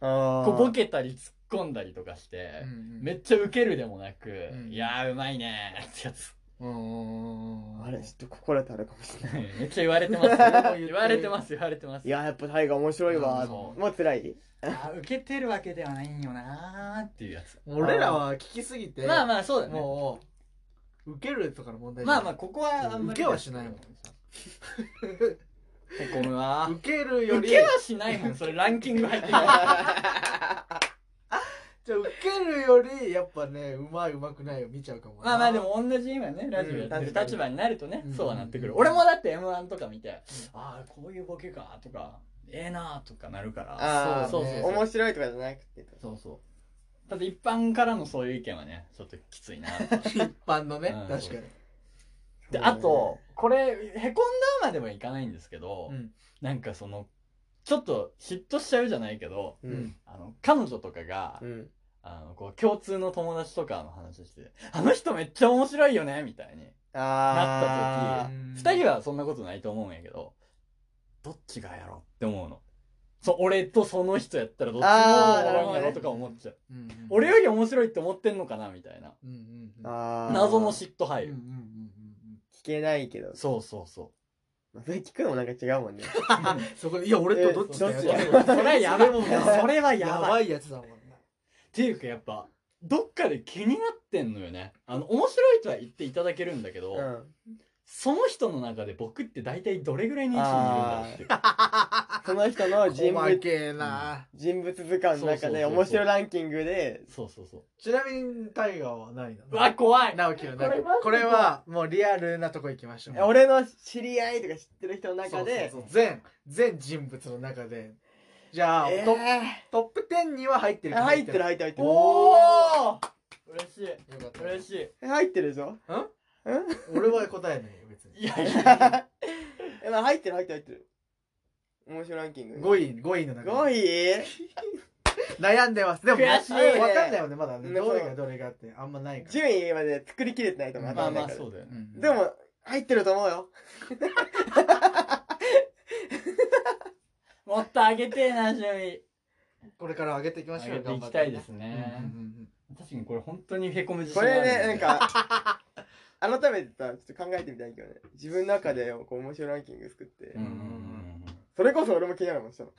Speaker 1: あー
Speaker 3: こうボケたり突っ込んだりとかして、
Speaker 2: うんうん
Speaker 3: めっちゃウケるでもなく、
Speaker 2: うん
Speaker 3: いやーうまいねーってやつ。
Speaker 2: うんうんうん
Speaker 1: あれ、ちょっと心当たるかもしれない。
Speaker 3: めっちゃ言われてます。言われてます、言われてます。
Speaker 1: いや、やっぱタイガー面白いわ。
Speaker 3: うん
Speaker 1: も
Speaker 3: そう
Speaker 1: う辛い
Speaker 3: あーウケてるわけではないんよなーっていうやつ。
Speaker 2: 俺らは聞きすぎて
Speaker 3: まあまあそうだね。
Speaker 2: もう受けるとかの問題じゃ
Speaker 3: ま
Speaker 2: な
Speaker 3: あ
Speaker 2: い
Speaker 3: まあ、ここはあんまり。
Speaker 2: ウケはしないもん
Speaker 3: へ こむわ。
Speaker 2: 受けるよ
Speaker 3: ウ
Speaker 2: り
Speaker 3: ケはしないもん、それランキング入ってる。
Speaker 2: じゃあ受けるよりやっぱねうまいうまくないを見ちゃうかもな
Speaker 3: まあまあでも同じ今ね、ラジオやってる立場になるとね
Speaker 2: うん、
Speaker 3: そうはなってくる。
Speaker 2: うん
Speaker 3: 俺もだって M1 とか見て、ああ、こういうボケかとか、ええなーとかなるから。
Speaker 1: あー
Speaker 3: そうそうそう。
Speaker 1: 面白いとかじゃなくて。
Speaker 3: そうそう。ただ一般からのそういう意見はね、ちょっときついな。
Speaker 2: 一般のね
Speaker 3: うん
Speaker 2: 確かに
Speaker 3: で、あと、これ、へこんだまではいかないんですけど、
Speaker 2: うん
Speaker 3: なんかその、ちょっと嫉妬しちゃうじゃないけど、
Speaker 1: うん。
Speaker 3: あの、彼女とかが、
Speaker 1: うん。
Speaker 3: あの、こう、共通の友達とかの話して、あの人めっちゃ面白いよねみたいに。なっ
Speaker 1: あ
Speaker 3: た時
Speaker 1: ー。
Speaker 3: 二人はそんなことないと思うんやけど、どっちがやろうって思うの。そう、俺とその人やったらどっちも
Speaker 1: あ
Speaker 2: ーなるほど
Speaker 3: 俺や
Speaker 2: ね
Speaker 3: ろとか思っちゃう。
Speaker 2: うんうん
Speaker 3: 俺より面白いって思ってんのかなみたいな。
Speaker 2: うんうんうん
Speaker 1: あー
Speaker 3: 謎の
Speaker 1: 聞
Speaker 3: 嫉妬入
Speaker 2: うんう
Speaker 3: る
Speaker 2: ん。う
Speaker 1: けないけど。
Speaker 3: そうそうそ
Speaker 1: まあそれ聞くのもなんか違うもんね。
Speaker 2: んうんうんそこでいや俺とどっちだよ
Speaker 1: えー
Speaker 2: どっ
Speaker 3: う。
Speaker 2: ちだよ
Speaker 3: それはやばい。
Speaker 2: それも
Speaker 3: それはや
Speaker 2: や
Speaker 3: ば
Speaker 2: ば
Speaker 3: い。っ
Speaker 2: いやつだもんな
Speaker 3: ていうかやっぱ、どっかで気になってんのよね。あの、面白いとは言っていただけるんだけど、
Speaker 1: うん。
Speaker 3: その人の中で僕って大体どれぐらいの位置にいるんだろうっていう。
Speaker 1: その 人の人
Speaker 2: 細
Speaker 1: 物、
Speaker 2: けえな
Speaker 1: 人物図鑑の中で
Speaker 3: そうそうそうそう
Speaker 1: 面白ランキングで、
Speaker 3: そうそうそう。
Speaker 2: ちなみにタイガーはないの
Speaker 3: うわ、怖い
Speaker 2: 直樹の
Speaker 3: これ
Speaker 2: 中
Speaker 3: マジで
Speaker 2: これはもうリアルなとこ行きましょう
Speaker 1: 俺の知り合いとか知ってる人の中で
Speaker 2: そうそう、そう全全人物の中でじゃあ、
Speaker 1: え
Speaker 2: トトップ10には入って
Speaker 1: ー
Speaker 2: る
Speaker 1: 入ってる入ってる入ってる。
Speaker 3: おー嬉しい。
Speaker 2: よかった
Speaker 3: 嬉しい。
Speaker 1: え入ってるでしょ
Speaker 2: 俺は答えないよ別
Speaker 3: い
Speaker 2: に
Speaker 3: やいや。
Speaker 1: え、まあ入ってる入ってる入ってる。面白ランキング。
Speaker 2: 5位5位の中
Speaker 1: 5
Speaker 2: で
Speaker 1: 位
Speaker 2: 悩んでますでも
Speaker 3: 悔しい
Speaker 2: 分かんないよねまだね
Speaker 1: ね
Speaker 2: どれがどれがってあんまないから
Speaker 1: 順位まで作りきれてないと思う。
Speaker 3: まあ
Speaker 1: 頭
Speaker 3: ま
Speaker 1: の
Speaker 3: あ
Speaker 1: 中で
Speaker 3: そうだよね。
Speaker 1: でも、入ってると思うよ。
Speaker 3: もっと上げてえな、順位。
Speaker 2: これから上げていきましょう
Speaker 3: 上げて
Speaker 2: よ
Speaker 3: い
Speaker 2: 頑張
Speaker 3: き
Speaker 2: って
Speaker 3: たいです
Speaker 2: うんうん
Speaker 3: ね。
Speaker 2: うん
Speaker 3: 確かにこれ本当にへこむ自
Speaker 1: こ
Speaker 3: 信ある
Speaker 1: れね、なん。か、改めてさ、ちょっと考えてみたいけどね。自分の中でこう面白いランキング作って
Speaker 3: う。んうんうん
Speaker 1: それこそ俺も気になるもんしたの。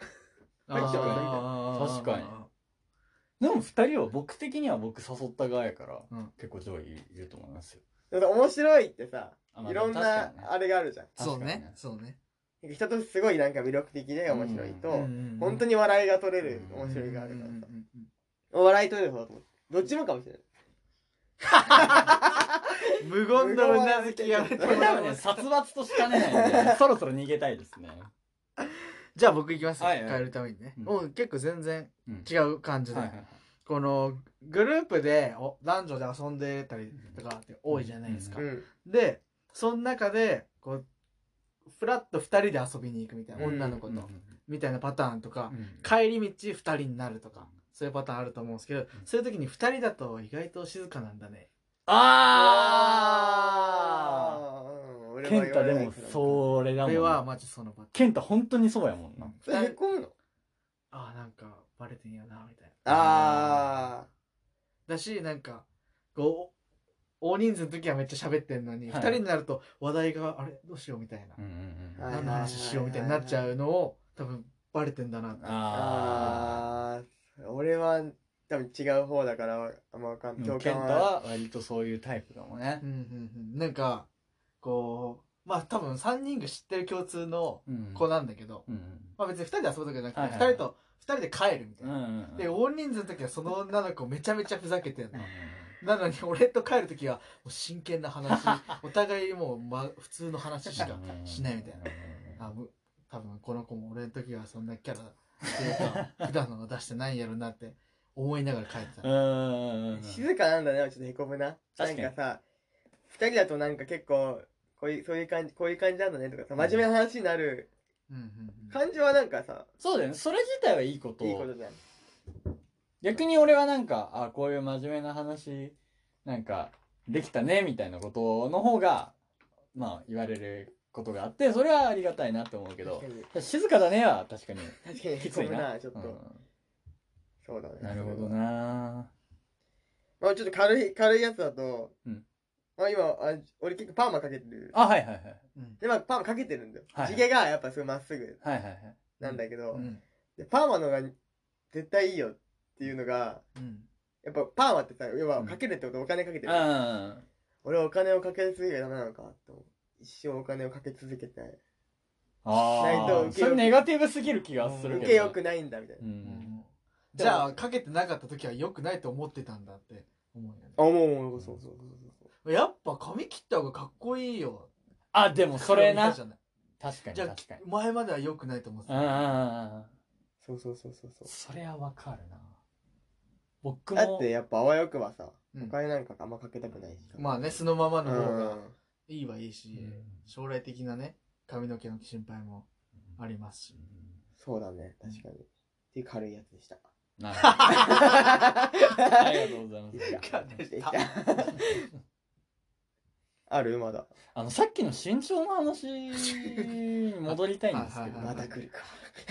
Speaker 2: あー
Speaker 3: あー確かにうん。でも二人は僕的には僕誘った側やから、
Speaker 2: うん
Speaker 3: 結構上位いると思いますよ。
Speaker 1: だって面白いってさ、
Speaker 3: あまあ
Speaker 1: いろん
Speaker 3: 確か
Speaker 1: な
Speaker 3: にね
Speaker 1: あれがあるじゃん。
Speaker 2: そう
Speaker 3: 確かに
Speaker 2: ね
Speaker 3: ね
Speaker 2: そうね
Speaker 1: なんか人とすごいなんか魅力的で面白いと、
Speaker 3: うん
Speaker 1: 本当
Speaker 2: に
Speaker 1: に笑いが取れる
Speaker 3: うん
Speaker 1: 面白いがあるからさ。
Speaker 2: ら
Speaker 1: お笑い取れる方だと思う。どっちもかもしれない。
Speaker 2: 無言のうなずきやめて
Speaker 3: こ
Speaker 2: も
Speaker 3: れ多
Speaker 2: らえ
Speaker 3: 分ね、
Speaker 2: ます
Speaker 3: 殺伐としかねないんで ね、そろそろ逃げたいですね。
Speaker 2: じゃあ僕行きますよ
Speaker 3: はいはい
Speaker 2: 変えるためにね
Speaker 3: うん
Speaker 2: もう結構全然
Speaker 3: うん
Speaker 2: 違う感じで
Speaker 3: はいはいはい
Speaker 2: このグループでお男女で遊んでたりとかって多いじゃないですか
Speaker 1: うん。
Speaker 2: でその中でこうフラッと2人で遊びに行くみたいな
Speaker 1: うん
Speaker 2: 女の子とみたいなパターンとか
Speaker 3: うん
Speaker 2: 帰り道2人になるとかそういうパターンあると思うんですけどそういう時に2人だと意外と静かなんだね
Speaker 3: あーケンタでも
Speaker 1: う。
Speaker 3: それだ
Speaker 2: こ
Speaker 3: も
Speaker 2: れは
Speaker 3: ん。
Speaker 2: マジそのパ
Speaker 3: ケンタ本当にそうやもんな。
Speaker 1: それへこむの
Speaker 2: ターンああなんかバレてんやなみたいな
Speaker 1: あ
Speaker 2: だしなんかこう大人数の時はめっちゃ喋ってんのに、
Speaker 3: はい
Speaker 2: 2人になると話題があれどうしようみたいな、
Speaker 3: うんうんうん
Speaker 1: はい
Speaker 2: 何の話しようみたいになっちゃうのを多分バレてんだなって
Speaker 3: あ
Speaker 1: あー。俺は多分違う方だから、あんまわかん
Speaker 3: ー
Speaker 1: ない。共
Speaker 3: ケン
Speaker 1: 感
Speaker 3: タ
Speaker 1: は。
Speaker 3: は割とそういうタイプだもんね
Speaker 2: うん。うんうんなんかこうまあ多分3人が知ってる共通の
Speaker 3: うん
Speaker 2: 子なんだけど、
Speaker 3: うん
Speaker 2: まあ別に2人で遊ぶ時じゃなくて、
Speaker 3: はいはい
Speaker 2: 2人と2人で帰るみた
Speaker 3: う
Speaker 2: い
Speaker 3: んう
Speaker 2: な、
Speaker 3: んうん
Speaker 2: で大人数の時はその女の子めちゃめちゃふざけてんの、
Speaker 3: う
Speaker 2: なのに俺と帰る時はもう真剣な 話お互いもう、ま、普通の話しか
Speaker 3: んうん
Speaker 2: しないみたいなあむ多分この子も俺の時はそんなキャラっていう か普段の出してないんやろなって思いながら帰ってた、
Speaker 3: うんうんうんうん
Speaker 1: 静かなんだね、ちょっとへこむな。な
Speaker 3: 確
Speaker 1: ん
Speaker 3: かに
Speaker 1: かさ、二人だとなんか結構、こういう、そういう感じ、こういう感じなんだねとかさ、真面目な話になる。
Speaker 2: うんうん
Speaker 1: 感情はなんかさ、
Speaker 3: そうだよねそれ自体はいいこと
Speaker 1: いいことじゃん。
Speaker 3: 逆に俺はなんかあこういう真面目な話なんかできたねみたいなことの方がまあ言われることがあってそれはありがたいなって思うけど
Speaker 1: 確かに
Speaker 3: 静かだねは確かに、
Speaker 1: 確かに
Speaker 3: き
Speaker 1: へ
Speaker 3: つ
Speaker 1: こ
Speaker 3: い
Speaker 1: む
Speaker 3: な
Speaker 1: な、ちょっ
Speaker 3: う
Speaker 1: と。
Speaker 3: ん
Speaker 1: そうだね。
Speaker 3: なるほどな
Speaker 1: まあちょっと軽い、軽いやつだと、
Speaker 3: うん
Speaker 1: まあ今、あ俺結構パーマかけてる。
Speaker 3: あはいはいはい
Speaker 2: うん
Speaker 1: で、まあパーマかけてるんだよ。
Speaker 3: はい
Speaker 1: 地毛がやっぱすごいまっすぐ
Speaker 3: はいはいはい
Speaker 1: なんだけど、
Speaker 2: うん
Speaker 1: でパーマのが絶対いいよっていうのが、
Speaker 2: うん
Speaker 1: やっぱパーマってさ、要は
Speaker 3: うん
Speaker 1: かけるってことはお金かけてる。
Speaker 3: あ
Speaker 1: 俺はお金をかけ続けちゃダメなのかと思う。一生お金をかけ続けてない。
Speaker 3: あ
Speaker 1: ないと
Speaker 3: ー
Speaker 1: 受けよ
Speaker 3: そうれネガティブすぎる気がするけど
Speaker 1: 受けよくないんだみたいな。
Speaker 3: う
Speaker 2: うんんじゃあかけてなかった時は良くないと思ってたんだって思うよね
Speaker 1: あ、もうもうもう、そうそうそうそう。
Speaker 2: やっぱ髪切った方がかっこいいよ
Speaker 3: あでもそれな
Speaker 2: じゃない
Speaker 3: 確かに
Speaker 2: じゃあ
Speaker 3: 確かに
Speaker 2: 前までは良くないと思って
Speaker 3: うんうん
Speaker 2: た
Speaker 3: うんうん
Speaker 1: そうそうそうそうそう。
Speaker 3: それはわかるな僕も
Speaker 1: だってやっぱあわよくばさ、
Speaker 2: うん
Speaker 1: お金なんかあんまかけたくないしさ。
Speaker 2: まあね素のまま
Speaker 1: あ
Speaker 2: の方
Speaker 1: う
Speaker 2: が
Speaker 1: ん
Speaker 2: いいはいいし
Speaker 3: うん
Speaker 2: 将来的なね髪の毛の心配もありますし
Speaker 1: そうだね、確かに。っていう軽いやつでした。
Speaker 3: なるほど。あ りがとうございます。
Speaker 1: でしたあるまだ。
Speaker 3: あの、さっきの身長の話に戻りたいんですけど。
Speaker 2: はい
Speaker 1: まだ来るか。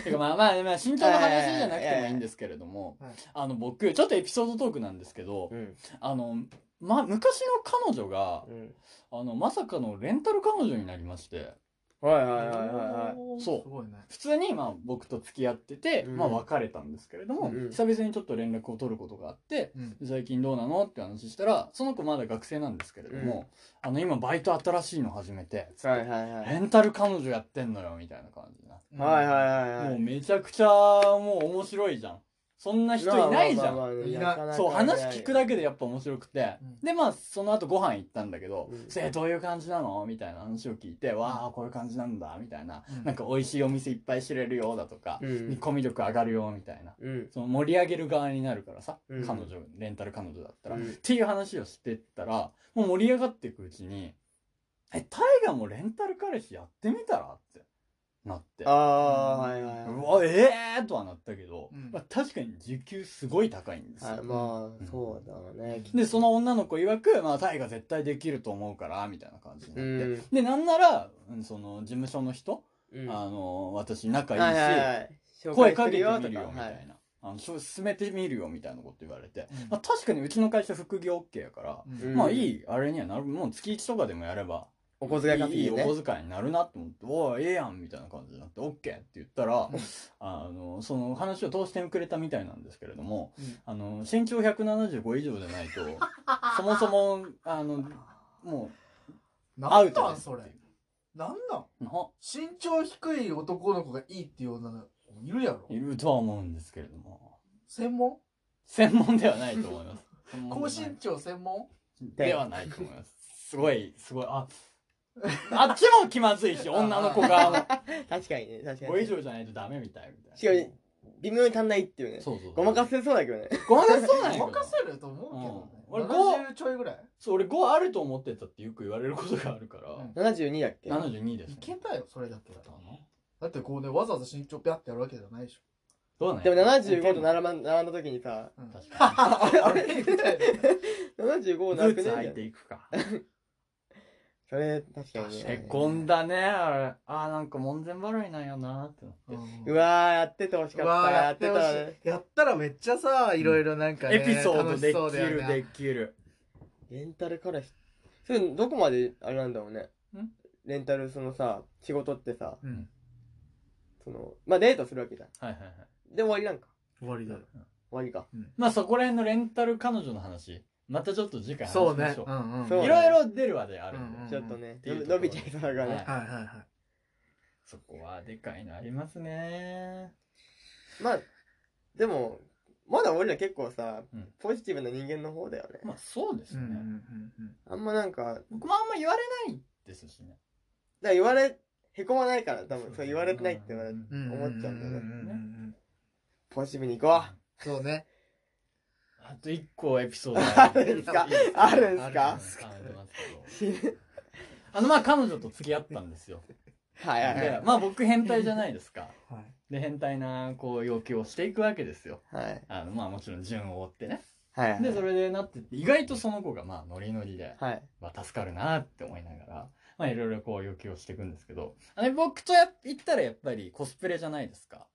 Speaker 3: てかまあまあ、まあ、身長の話じゃなくてもいいんですけれども
Speaker 2: はいはい、
Speaker 3: あの、僕、ちょっとエピソードトークなんですけど
Speaker 1: う、ん。
Speaker 3: あの、ま、昔の彼女が
Speaker 1: う、ん。
Speaker 3: あの、まさかのレンタル彼女になりまして、
Speaker 1: はいはいはいはいはい。
Speaker 2: おー
Speaker 3: そう
Speaker 2: すごいね。
Speaker 3: 普通に、まあ、僕と付き合ってて、
Speaker 1: うん
Speaker 3: まあ、別れたんですけれども、
Speaker 1: うん
Speaker 3: 久々にちょっと連絡を取ることがあって、
Speaker 2: うん。
Speaker 3: 最近どうなのって話したら、その子まだ学生なんですけれども、あの、今バイト新しいの始めて、
Speaker 1: はいはいはい。
Speaker 3: レンタル彼女やってんのよ、みたいな感じな。
Speaker 1: はいはいはいは
Speaker 3: もう
Speaker 1: い。
Speaker 3: めちゃくちゃ、もう面白いじゃん。そんな人いないじゃん。
Speaker 1: ん
Speaker 2: いない
Speaker 3: そう、話聞く
Speaker 1: だ
Speaker 3: だけでやっぱ面白くて
Speaker 2: うん。
Speaker 3: で、まあ、その後ご飯行ったんだけど
Speaker 1: うん、
Speaker 3: せ、どういう感じなのみたいな話を聞いて、わあ、こういう感じなんだ、みたいな
Speaker 2: う。ん
Speaker 3: なんか美味しいお店いっぱい知れるよ、だとか
Speaker 1: う、
Speaker 3: 煮
Speaker 1: ん。
Speaker 3: 込み力上がるよ、みたいな。
Speaker 1: うん。
Speaker 3: その盛り上げる側になるからさ、
Speaker 1: うん
Speaker 3: 彼女、レンタル彼女だったら、
Speaker 1: うん
Speaker 3: っていう話をしてったら、もう盛り上がっていくうちに、え、タイガもレンタル彼氏やってみたらってなって。。
Speaker 1: ああ、はいはいはいう
Speaker 3: わ、ええー、とはなったけど、
Speaker 2: うん
Speaker 3: まあ、確かに時給すごい高いんですよ。
Speaker 1: はい、まあ、そうだわね。
Speaker 3: で、その女の子曰く、まあ、タイガ絶対できると思うから、みたいな感じにな
Speaker 1: う
Speaker 3: って。
Speaker 1: ん。
Speaker 3: で、なんなら、うんその、事務所の人、
Speaker 1: うん
Speaker 3: あの、私仲いいし、
Speaker 1: はいはいはい紹
Speaker 3: 声
Speaker 1: 介
Speaker 3: か
Speaker 1: す
Speaker 3: けて
Speaker 1: る
Speaker 3: みるよ
Speaker 1: よ
Speaker 3: みたいな、
Speaker 1: とかはい
Speaker 3: あのそう進めてみるよみたいなこと言われて、
Speaker 2: うん
Speaker 3: まあ、確かにうちの会社副業 OK やから、
Speaker 2: うん
Speaker 1: うん
Speaker 3: まあいいあれにはなるもう月1とかでもやれば
Speaker 1: お小遣いかけ
Speaker 3: いい
Speaker 1: て
Speaker 3: お
Speaker 1: ね。
Speaker 3: 小遣いになるなと思って「おおええやん」みたいな感じになって「OK」って言ったら、
Speaker 2: うん
Speaker 3: あのその話を通してくれたみたいなんですけれども、
Speaker 2: うん
Speaker 3: あの身長175以上じゃないとそもそもあのもうア
Speaker 2: な
Speaker 3: ウ
Speaker 2: ん
Speaker 3: ト
Speaker 2: な
Speaker 3: で
Speaker 2: ん
Speaker 3: す
Speaker 2: それ
Speaker 3: ってい。
Speaker 2: なんなん
Speaker 3: うの
Speaker 2: 身長低い男の子がいいっていう女の子いるやろ
Speaker 3: いるとは思うんですけれども
Speaker 2: 専門
Speaker 3: 専門ではないと思います。専
Speaker 2: 高
Speaker 3: 門ではない
Speaker 2: 身長専門
Speaker 3: ではないと思います。すごい、すごい、あ、あっちも気まずいし、女の子が、
Speaker 1: 確かにね、確か
Speaker 3: 5以
Speaker 1: に。
Speaker 3: 上じゃないとダメみたいみたいな。
Speaker 1: しかも微妙に足んないっていうね。
Speaker 3: そうそう。
Speaker 1: ごまかせそうだけどね。
Speaker 3: ごまかせそうなんやけど
Speaker 2: 任せると思うけどね。
Speaker 3: うん俺
Speaker 2: 70ちょいぐらい
Speaker 3: そう、俺5あると思ってたってよく言われることがあるから、
Speaker 2: うん
Speaker 1: 72だっけ
Speaker 3: 72です、
Speaker 2: い
Speaker 3: ね。
Speaker 2: けたよ、それだったら
Speaker 3: だ。な
Speaker 2: だってこうね、わざわざ身長ぴゃってやるわけじゃないでし
Speaker 3: どうなん
Speaker 1: で
Speaker 3: や
Speaker 1: も75と並ばん並んだ時にさ、
Speaker 2: ょ。うん
Speaker 3: 確か
Speaker 1: あれあ
Speaker 2: あ
Speaker 1: れ
Speaker 2: れみたいな。
Speaker 1: 75
Speaker 3: に。
Speaker 1: なくねみ
Speaker 3: ずーつ
Speaker 1: た
Speaker 3: 履
Speaker 1: い
Speaker 3: い
Speaker 1: な
Speaker 3: ていくか。
Speaker 1: それ、確かにね。
Speaker 3: へこんだね、あれ。あー、なんか門前払いなんやなーってなって。
Speaker 1: うわー、やっててほしか
Speaker 2: う
Speaker 1: った。
Speaker 2: わー
Speaker 1: や
Speaker 2: や
Speaker 1: っ
Speaker 2: ってて
Speaker 1: た
Speaker 2: ほし
Speaker 1: らね。
Speaker 2: い。やったらめっちゃさ、いろいろなんかね、
Speaker 3: エピソードで
Speaker 2: 楽しそう
Speaker 3: き
Speaker 2: だよ
Speaker 3: る
Speaker 2: ね
Speaker 3: できる。
Speaker 1: レンタル彼氏。それ、どこまで、あれなんだろうね
Speaker 3: ん。
Speaker 1: レンタル、そのさ、仕事ってさ、
Speaker 2: うん。
Speaker 1: その、まあデートするわけじゃん。
Speaker 3: はいはいはい。
Speaker 1: で、終わりなんか。
Speaker 2: 終わりだよ。
Speaker 1: 終わりか。
Speaker 3: まあそこら辺のレンタル彼女の話、またちょっと次回話し
Speaker 2: そう
Speaker 3: ま
Speaker 2: ね
Speaker 3: しょ。う。
Speaker 2: んうん
Speaker 1: そう
Speaker 3: いろいろ出るわであるんで、
Speaker 2: うんうん
Speaker 1: ちょっとね
Speaker 3: っていう、ところ
Speaker 1: 伸びちゃいそうだから
Speaker 3: は
Speaker 1: ね
Speaker 3: い。
Speaker 2: はいはいはい。
Speaker 3: そこはでかいのありますね。
Speaker 1: まあ、でも、まだ俺ら結構さ
Speaker 3: うん、
Speaker 1: ポジティブな人間の方だよね。
Speaker 3: まあそうです
Speaker 2: う
Speaker 3: ね。
Speaker 2: んうんうんうん。
Speaker 1: あんまなんか、だか
Speaker 3: 僕もあんま言われないですしね。
Speaker 1: ら言われ、へこまないから、多分、そう言われてないって言われて、
Speaker 3: うん
Speaker 1: 思っちゃうんだよね
Speaker 2: ね。
Speaker 1: ポジティブに行こ
Speaker 2: そうね。
Speaker 3: あと一個エピソードあ
Speaker 1: あるん
Speaker 3: るん
Speaker 1: ですかあるんですか
Speaker 3: あるんです
Speaker 1: う
Speaker 3: あのまあ彼女と付き合ったんですよ。
Speaker 1: はいはい
Speaker 3: で、まあ僕変態じゃないですか。
Speaker 2: はい。
Speaker 3: で変態なこう要求をしていくわけですよ。
Speaker 1: はい。はい。
Speaker 3: あのまあもちろん順を追ってね。
Speaker 1: はいはい。
Speaker 3: でそれでなってって意外とその子がまあノリノリで。
Speaker 1: はい。
Speaker 3: まあ、助かるなって思いながら、まあ、いろいろこう要求をしていくんですけど、あの僕とやっ言ったらやっぱりコスプレじゃないですか。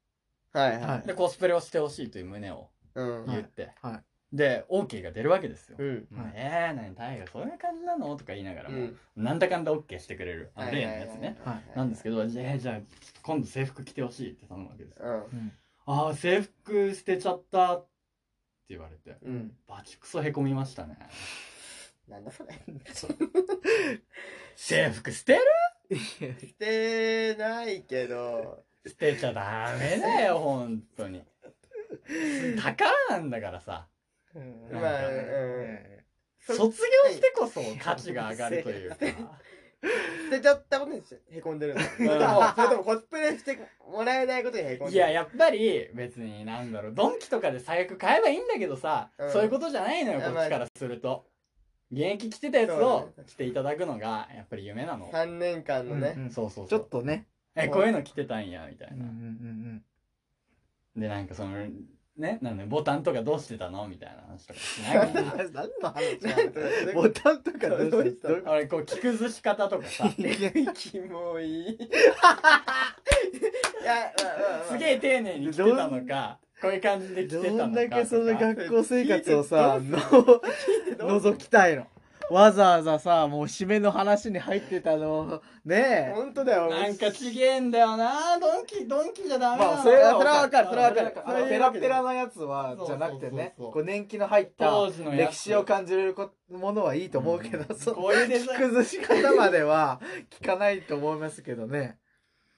Speaker 1: はいは
Speaker 2: はいい。
Speaker 3: で、コスプレをしてほしいという旨を
Speaker 1: うん。
Speaker 3: 言って、
Speaker 2: はいはい
Speaker 3: で、OK が出るわけですよ。
Speaker 1: うん。
Speaker 3: まあえー、なに、大河そういう感じなのとか言いながら
Speaker 1: う
Speaker 3: も、
Speaker 1: ん。
Speaker 3: なんだかんだ OK してくれる、あ
Speaker 1: は
Speaker 3: の
Speaker 1: い
Speaker 3: 例
Speaker 1: は
Speaker 3: の
Speaker 1: いは
Speaker 3: や
Speaker 1: い
Speaker 3: つね。
Speaker 2: はい
Speaker 3: なんですけど、じゃあ、じゃあ、今度制服着てほしいって頼むわけですよ。
Speaker 2: うん。
Speaker 3: ああ、制服捨てちゃったって言われて、
Speaker 1: うん。うん。
Speaker 3: バチクソへこみましたね。
Speaker 1: なんだそ れ。
Speaker 3: 制服捨てる
Speaker 1: してないけど、
Speaker 3: 捨てちゃダメだよ、本当に。宝なんだからさ。
Speaker 1: ま
Speaker 3: ま
Speaker 1: あ、
Speaker 3: あ
Speaker 1: うん。そ
Speaker 3: 卒業してこそ価値が上がるというか。
Speaker 1: 捨てちゃったことにしへこんでるの。それとも、それともコスプレしてもらえないことにへこん
Speaker 3: い
Speaker 1: で
Speaker 3: や、
Speaker 1: る。
Speaker 3: やっぱり別になんだろう、ドンキとかで最悪買えばいいんだけどさ、
Speaker 1: うん
Speaker 3: そういうことじゃないのよ、
Speaker 1: いや
Speaker 3: こ
Speaker 1: まあ
Speaker 3: っちからすると。現役着てたやつ
Speaker 1: そ
Speaker 3: を
Speaker 1: うね
Speaker 3: 着ていただくのが、やっぱり夢なの。
Speaker 1: 3年間のね。
Speaker 2: うん
Speaker 3: そうそうそう。
Speaker 2: ちょっとね。
Speaker 3: え、こういうの着てたんや、みたい
Speaker 2: うんうん
Speaker 3: な。
Speaker 2: うん
Speaker 3: で、なんかその、ね、なんで、ボタンとかどうしてたのみたいな話とかしない
Speaker 4: 何
Speaker 3: かな。
Speaker 4: の話
Speaker 1: なんとなく
Speaker 2: ボタンとか
Speaker 1: ど
Speaker 2: ど
Speaker 1: う
Speaker 2: う
Speaker 1: し
Speaker 2: したた
Speaker 1: の
Speaker 2: の
Speaker 3: 俺、こう、着崩し方とか さ、
Speaker 1: いや、キ モい。いや、
Speaker 3: すげえ丁寧に着てたのか、こういう感じで着てたのか
Speaker 2: ど
Speaker 3: と
Speaker 2: ん
Speaker 3: か。
Speaker 2: だけその学校生活を
Speaker 1: 聞
Speaker 2: さ、
Speaker 1: い
Speaker 2: の、
Speaker 1: どう
Speaker 2: 覗きたいの。わざわざさ、もう締めの話に入ってたの、ねえ。
Speaker 1: 本当だよ。
Speaker 3: なんかちげえんだよなドンキ、ドンキじゃダメだ
Speaker 2: まあ、それは、
Speaker 4: そ
Speaker 2: そ
Speaker 4: れ
Speaker 2: れ
Speaker 4: は
Speaker 2: は
Speaker 4: わ
Speaker 2: わ
Speaker 4: かるそ
Speaker 2: かる、そ
Speaker 4: れ
Speaker 2: れ
Speaker 4: はわ
Speaker 2: はわ
Speaker 4: か
Speaker 2: か
Speaker 4: る
Speaker 2: る。
Speaker 1: あの
Speaker 2: ペラペラのやつは
Speaker 4: そ、う
Speaker 2: じゃなくてね、
Speaker 4: そうそうそう
Speaker 2: こう年季の入った
Speaker 3: 当時のやつ
Speaker 2: 歴史を感じれるこものはいいと思うけど、 その
Speaker 3: こういうデザイン。
Speaker 2: 崩し方までは 聞かないと思いますけどね。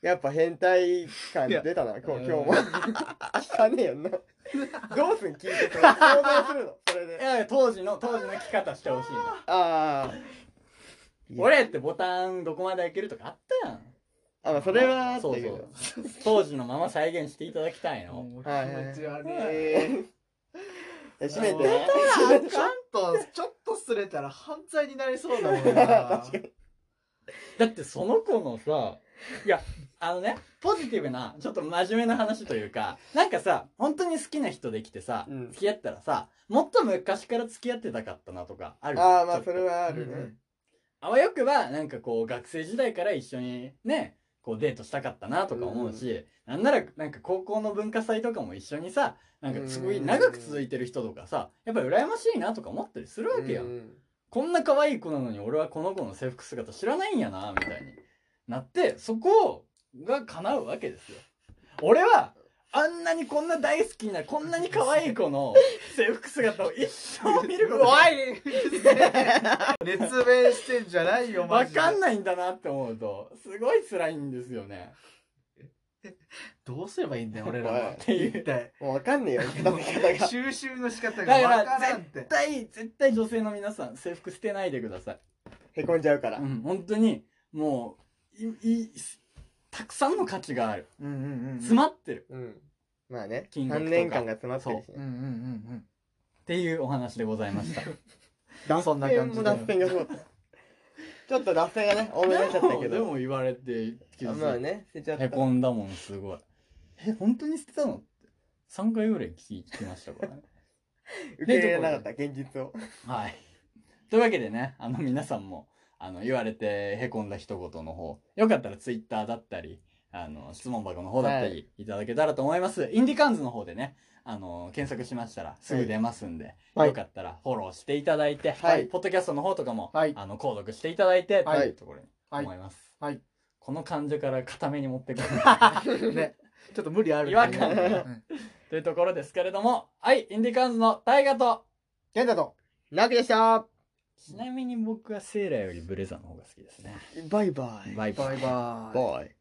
Speaker 1: やっぱ変態感出たな、今日今日も。聞かねえよ な。どうすん聞いてそれ。想像するのそれ
Speaker 3: い
Speaker 1: で。
Speaker 3: や当時の、当時の着方してほしいな。
Speaker 1: ああ。
Speaker 3: 俺ってボタンどこまで開けるとかあったやん。
Speaker 1: あ、まあ、それはあった
Speaker 3: そう
Speaker 1: け
Speaker 3: そ
Speaker 1: ど
Speaker 3: う。。当時のまま再現していただきたいの。
Speaker 2: もう気
Speaker 1: はいはい
Speaker 2: 持ち悪い。
Speaker 1: え、閉め
Speaker 3: もう出
Speaker 1: て。
Speaker 2: ちょっと、ちょっとすれたら犯罪になりそうだも んな。
Speaker 3: だってその子のさ、いや、あのね、ポジティブな、ちょっと真面目な話というか、なんかさ、本当に好きな人できてさ、
Speaker 1: うん
Speaker 3: 付き合ったらさ、もっと昔から付き合ってたかったなとか、あるじゃん
Speaker 1: ああ、ま
Speaker 3: ち
Speaker 1: あ、
Speaker 3: ょっと
Speaker 1: それはある
Speaker 2: う
Speaker 1: ね
Speaker 2: ん。
Speaker 3: あわよくば、なんかこう、学生時代から一緒にね、こうデートしたかったなとか思うし、なんなら、なんか高校の文化祭とかも一緒にさ、なんかすごい長く続いてる人とかさ、やっぱ羨ましいなとか思ったりするわけや。
Speaker 1: うんん
Speaker 3: こんな可愛い子なのに俺はこの子の制服姿知らないんやな、みたいになって、そこが叶うわけですよ。俺は、あんなにこんな大好きな、こんなに可愛い子の制服姿を一生見ることが
Speaker 2: 怖い熱弁してんじゃないよ、マ
Speaker 3: わ
Speaker 2: ジで。
Speaker 3: かんないんだなって思うと、すごい辛いんですよね。
Speaker 2: どうすればいい んだよ、俺ら
Speaker 1: は
Speaker 2: は。
Speaker 3: っていう。
Speaker 2: 一体。
Speaker 1: もうわかんねえ よ、片付け方が。
Speaker 2: 収集の仕
Speaker 3: だ
Speaker 2: 方が
Speaker 3: か
Speaker 2: わ
Speaker 3: ら
Speaker 2: からんっ
Speaker 3: 絶
Speaker 2: て。
Speaker 3: 対、絶対女性の皆さん、制服捨てないでください。
Speaker 1: へこんじゃうから
Speaker 3: う。ん、本当に、もう、い、い、たくさんの価値がある。
Speaker 2: うんうんうん。
Speaker 3: 詰まってる。
Speaker 1: うん。まあね。
Speaker 3: 金額
Speaker 1: 3
Speaker 3: とか
Speaker 1: 年間が詰まってるしね
Speaker 2: うんうんうん
Speaker 3: っていうお話でございま した。
Speaker 2: うん。そんな
Speaker 1: 脱
Speaker 2: 感
Speaker 1: 線
Speaker 2: じ
Speaker 1: も
Speaker 2: で
Speaker 1: 脱。線がすごかった。ちょっと脱線がね、多めになっちゃったけ
Speaker 3: で
Speaker 1: ど。
Speaker 3: も言われて、
Speaker 1: あまあね、捨てちゃった。
Speaker 3: へこんだもん、すごい。え、本当に捨てたのって。3回ぐらい聞きましたからね。
Speaker 1: 受け入れなかった、現実を。
Speaker 3: はい。というわけでね、あの皆さんも、あの、言われてへこんだ一言の方、よかったらツイッターだったり、あの、質問箱の方だったり、、
Speaker 1: はい
Speaker 3: ただけたらと思います。インディカンズの方でね、あの、検索しましたらすぐ出ますんで、
Speaker 1: はい
Speaker 3: よかったらフォローしていただいて、
Speaker 1: はい
Speaker 3: ポッドキャストの方とかも、
Speaker 2: はい
Speaker 3: あの、購読していただいて、
Speaker 2: はい
Speaker 3: というところに
Speaker 2: はい
Speaker 3: 思います。
Speaker 2: はい
Speaker 3: この感じから固めに持って くる。
Speaker 2: ね。ちょっと無理ある
Speaker 3: 違和感が
Speaker 2: うん
Speaker 3: というところですけれども、はい、インディカンズの大河と、
Speaker 2: ケンタと。
Speaker 1: なわけでした
Speaker 3: ちなみに僕はセーラーよりブレザーの方が好きですね。
Speaker 1: バイバイ。
Speaker 3: バイバイ
Speaker 2: バイバ
Speaker 1: バ
Speaker 2: イ。
Speaker 1: イ。